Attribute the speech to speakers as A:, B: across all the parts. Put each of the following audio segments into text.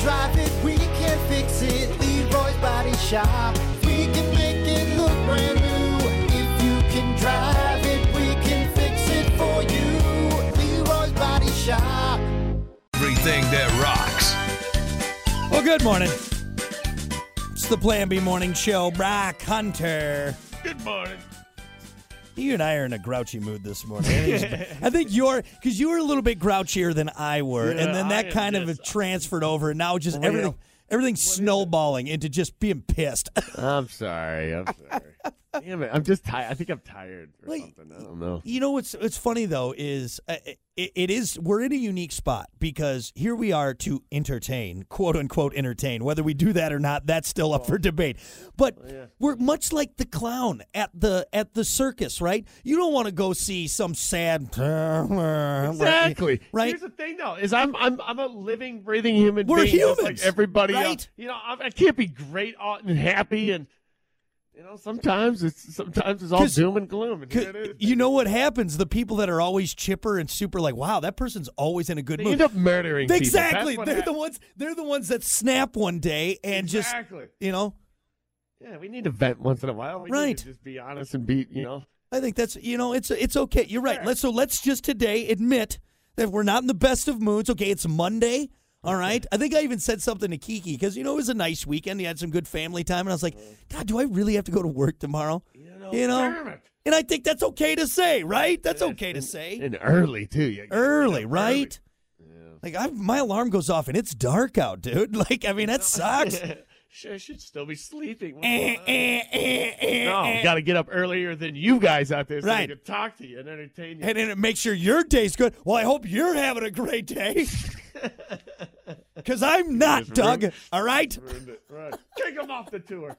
A: drive it, we can fix it. Leroy's Body Shop. We can make it look brand new. If you can drive it, we can fix it for you. Leroy's Body Shop.
B: Everything that rocks.
C: Well, good morning. It's the Plan B Morning Show. Brock Hunter.
B: Good morning.
C: You and I are in a grouchy mood this morning. I think it's- I think you're because you were a little bit grouchier than I were, and then
D: Yeah,
C: that
D: I am
C: kind of
D: just-
C: transferred over, and now just
D: What do you-
C: everything everything's snowballing into just being pissed.
D: I'm sorry. I'm sorry. Damn it. I'm just tired. I think I'm tired or
C: Wait.
D: something. I don't know.
C: You know what's what's funny though is uh, it, it is we're in a unique spot because here we are to entertain, quote unquote entertain. Whether we do that or not, that's still up for debate. But we're much like the clown at the at the circus, right? You don't want to go see some sad
D: Exactly.
C: right?
D: Here's the thing, though, is I'm I'm I'm a living, breathing human
C: We're
D: being, just
C: humans,
D: like everybody
C: right?
D: else. You know, I'm, I can't be great all- and happy, and you know, sometimes it's sometimes it's all
C: 'Cause-
D: doom and gloom. And
C: C-
D: here it is.
C: You know what happens? The people that are always chipper and super, like, wow, that person's always in a good
D: They
C: mood.
D: end up murdering. people. That's
C: exactly.
D: what
C: They're
D: hap-
C: the ones. They're the ones that snap one day and just,
D: exactly.
C: you know.
D: Yeah, we need to vent once in a while. We need to
C: Right.
D: just be honest and be, you know.
C: I think that's you know it's it's okay. You're right. Let's so let's just today admit that we're not in the best of moods. Okay, it's Monday. All right. I think I even said something to Kiki because you know it was a nice weekend. You had some good family time, and I was like, God, do I really have to go to work tomorrow?
D: Mm-hmm. You know.
C: You know,
D: damn it.
C: And I think that's okay to say, right? That's
D: Yes,
C: okay to
D: and-
C: say.
D: And early too. You gotta get
C: Early,
D: up early.
C: right? Like I, my alarm goes off and it's dark out, dude. Like I mean, that sucks.
D: Shit, I should still be sleeping. What's
C: Eh,
D: going on?
C: eh, eh, eh,
D: no,
C: eh.
D: got to get up earlier than you guys out there so
C: Right.
D: I can talk to you and entertain you.
C: And then it makes sure your day's good. Well, I hope you're having a great day. Because I'm not,
D: Just
C: Doug.
D: ruined-
C: All right?
D: Ruined it. Right. Kick them off the tour.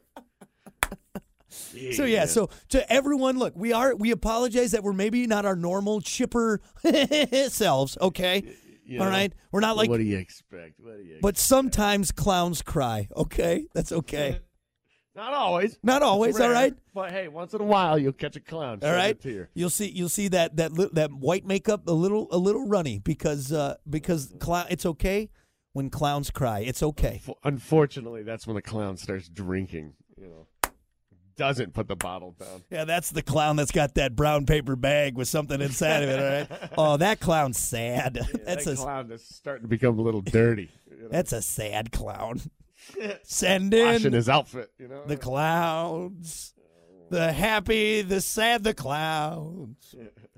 C: So, yeah, so to everyone, look, we are, we apologize that we're maybe not our normal chipper selves, okay?
D: You
C: All
D: know,
C: right? We're not like,
D: what do you expect? What do you?
C: but sometimes clowns cry, okay? That's okay.
D: not always.
C: Not always, all
D: Rare,
C: right?
D: But hey, once in a while you'll catch a clown.
C: All
D: shed a
C: right,
D: tear.
C: you'll see you'll see that that li- that white makeup a little a little runny because uh, because clown it's okay when clowns cry it's okay
D: F- Unfortunately, that's when the clown starts drinking. You know, doesn't put the bottle down.
C: Yeah, that's the clown that's got that brown paper bag with something inside of it. All right. Oh, that clown's sad. that's
D: that
C: a
D: clown is starting to become a little dirty. You know,
C: that's a sad clown. Send
D: washing
C: in
D: his outfit. You know,
C: the clowns, the happy, the sad, the clowns.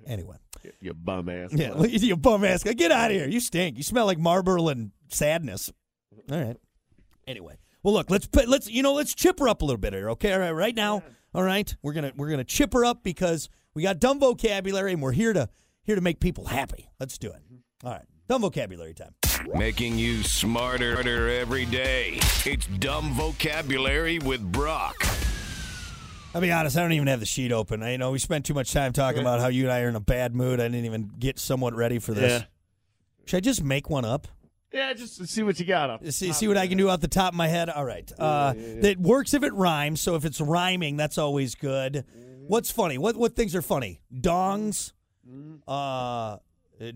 C: Anyway,
D: you bum ass.
C: yeah,
D: clown.
C: look at you bum ass. guy. Get out of here. You stink. You smell like Marlboro and sadness. All right. Anyway, well, look, let's put, let's you know let's chip her up a little bit here. Okay, all right, right now, all right, we're gonna we're gonna chip her up because we got dumb vocabulary and we're here to here to make people happy. Let's do it. All right, dumb vocabulary time.
B: Making you smarter every day. It's Dumb Vocabulary with Brock.
C: I'll be honest, I don't even have the sheet open. I you know we spent too much time talking about how you and I are in a bad mood. I didn't even get somewhat ready for this.
D: Yeah.
C: Should I just make one up?
D: Yeah, just see what you got up.
C: See, see what I can do off the top of my head. All right, uh, that works if it rhymes. So if it's rhyming, that's always good. What's funny? What what things are funny? Dongs, uh,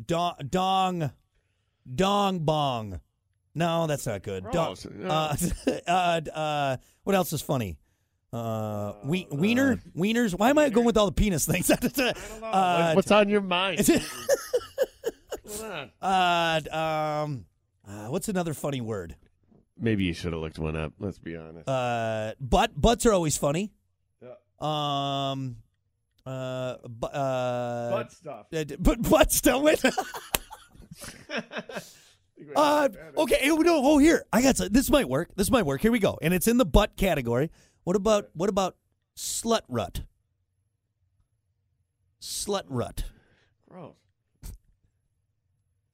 C: dong, dong, dong bong. No, that's not good. Dong,
D: Gross.
C: uh, uh, uh, what else is funny? Uh, we, wiener, wieners. Why am I going with all the penis things? uh,
D: What's on your mind?
C: t-
D: What's going on?
C: uh, um, uh, what's another funny word?
D: Maybe you should have looked one up. Let's be honest.
C: Uh, but butts are always funny.
D: Yeah.
C: Um, uh, bu- uh,
D: Butt stuff.
C: uh, d- but butts still win. uh, okay, here we go. Oh, here I got some. This might work. This might work. Here we go. And it's in the butt category. What about what about slut rut? Slut rut.
D: Gross.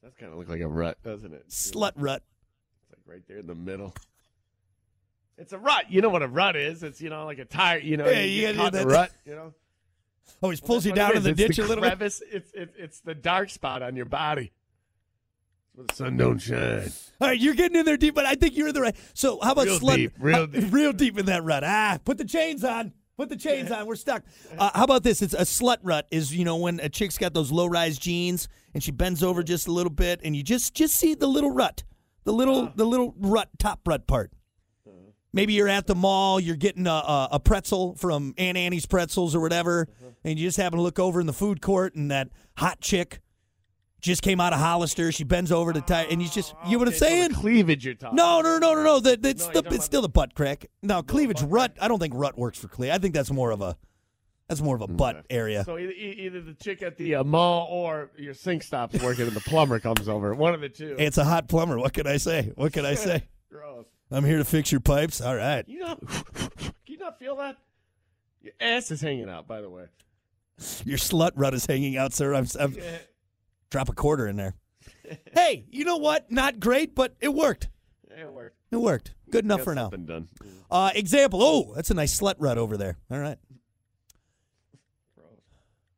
D: That's kind of look like a rut, doesn't it?
C: Slut rut.
D: It's like right there in the middle. It's a rut. You know what a rut is? It's you know like a tire. You know,
C: Yeah,
D: you,
C: you
D: get
C: gotta do
D: caught in a
C: that.
D: rut. You know,
C: Always Oh, pulls
D: That's
C: you
D: what
C: down
D: it
C: in the
D: is.
C: ditch
D: it's the
C: a little bit.
D: crevice. It's it's it's the dark spot on your body. It's where the sun don't shine.
C: All right, you're getting in there deep, but I think you're in the right. So how about
D: Real
C: slut?
D: deep, real
C: how-
D: deep.
C: real deep in that rut. Ah, put the chains on. Put the chains on. We're stuck. Uh, how about this? It's a slut rut. Is you know when a chick's got those low rise jeans and she bends over just a little bit, and you just just see the little rut, The little
D: Uh-huh.
C: the little rut top rut part. Maybe you're at the mall, you're getting a, a, a pretzel from Aunt Annie's Pretzels or whatever,
D: Uh-huh.
C: and you just happen to look over in the food court, and that hot chick just came out of Hollister. She bends over to tie, and he's just you know what I'm saying?
D: Cleavage you're talking
C: No, no, no, no, no. That that's
D: No, you're
C: the,
D: talking
C: it's still the butt crack. No, cleavage rut. I don't think rut works for cleavage. I think that's more of a that's more of a butt area.
D: So either, e- either the chick at the uh, mall or your sink stops working and the plumber comes over. One of the two.
C: It's a hot plumber. What can I say? What can I say?
D: Gross.
C: I'm here to fix your pipes. All right.
D: You not? Can you not feel that? Your ass is hanging out. By the way.
C: Your slut rut is hanging out, sir. I'm, I'm drop a quarter in there. hey, you know what? Not great, but it worked.
D: It worked.
C: It worked. Good enough for now.
D: Been done.
C: Uh, example. Oh, that's a nice slut rut over there. All right.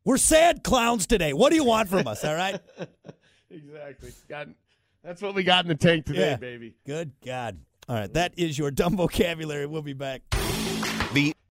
C: We're sad clowns today. What do you want from us? All right.
D: Exactly. Got. That's what we got in the tank today,
C: Yeah.
D: baby.
C: Good God. All right. That is your dumb vocabulary. We'll be back.
B: The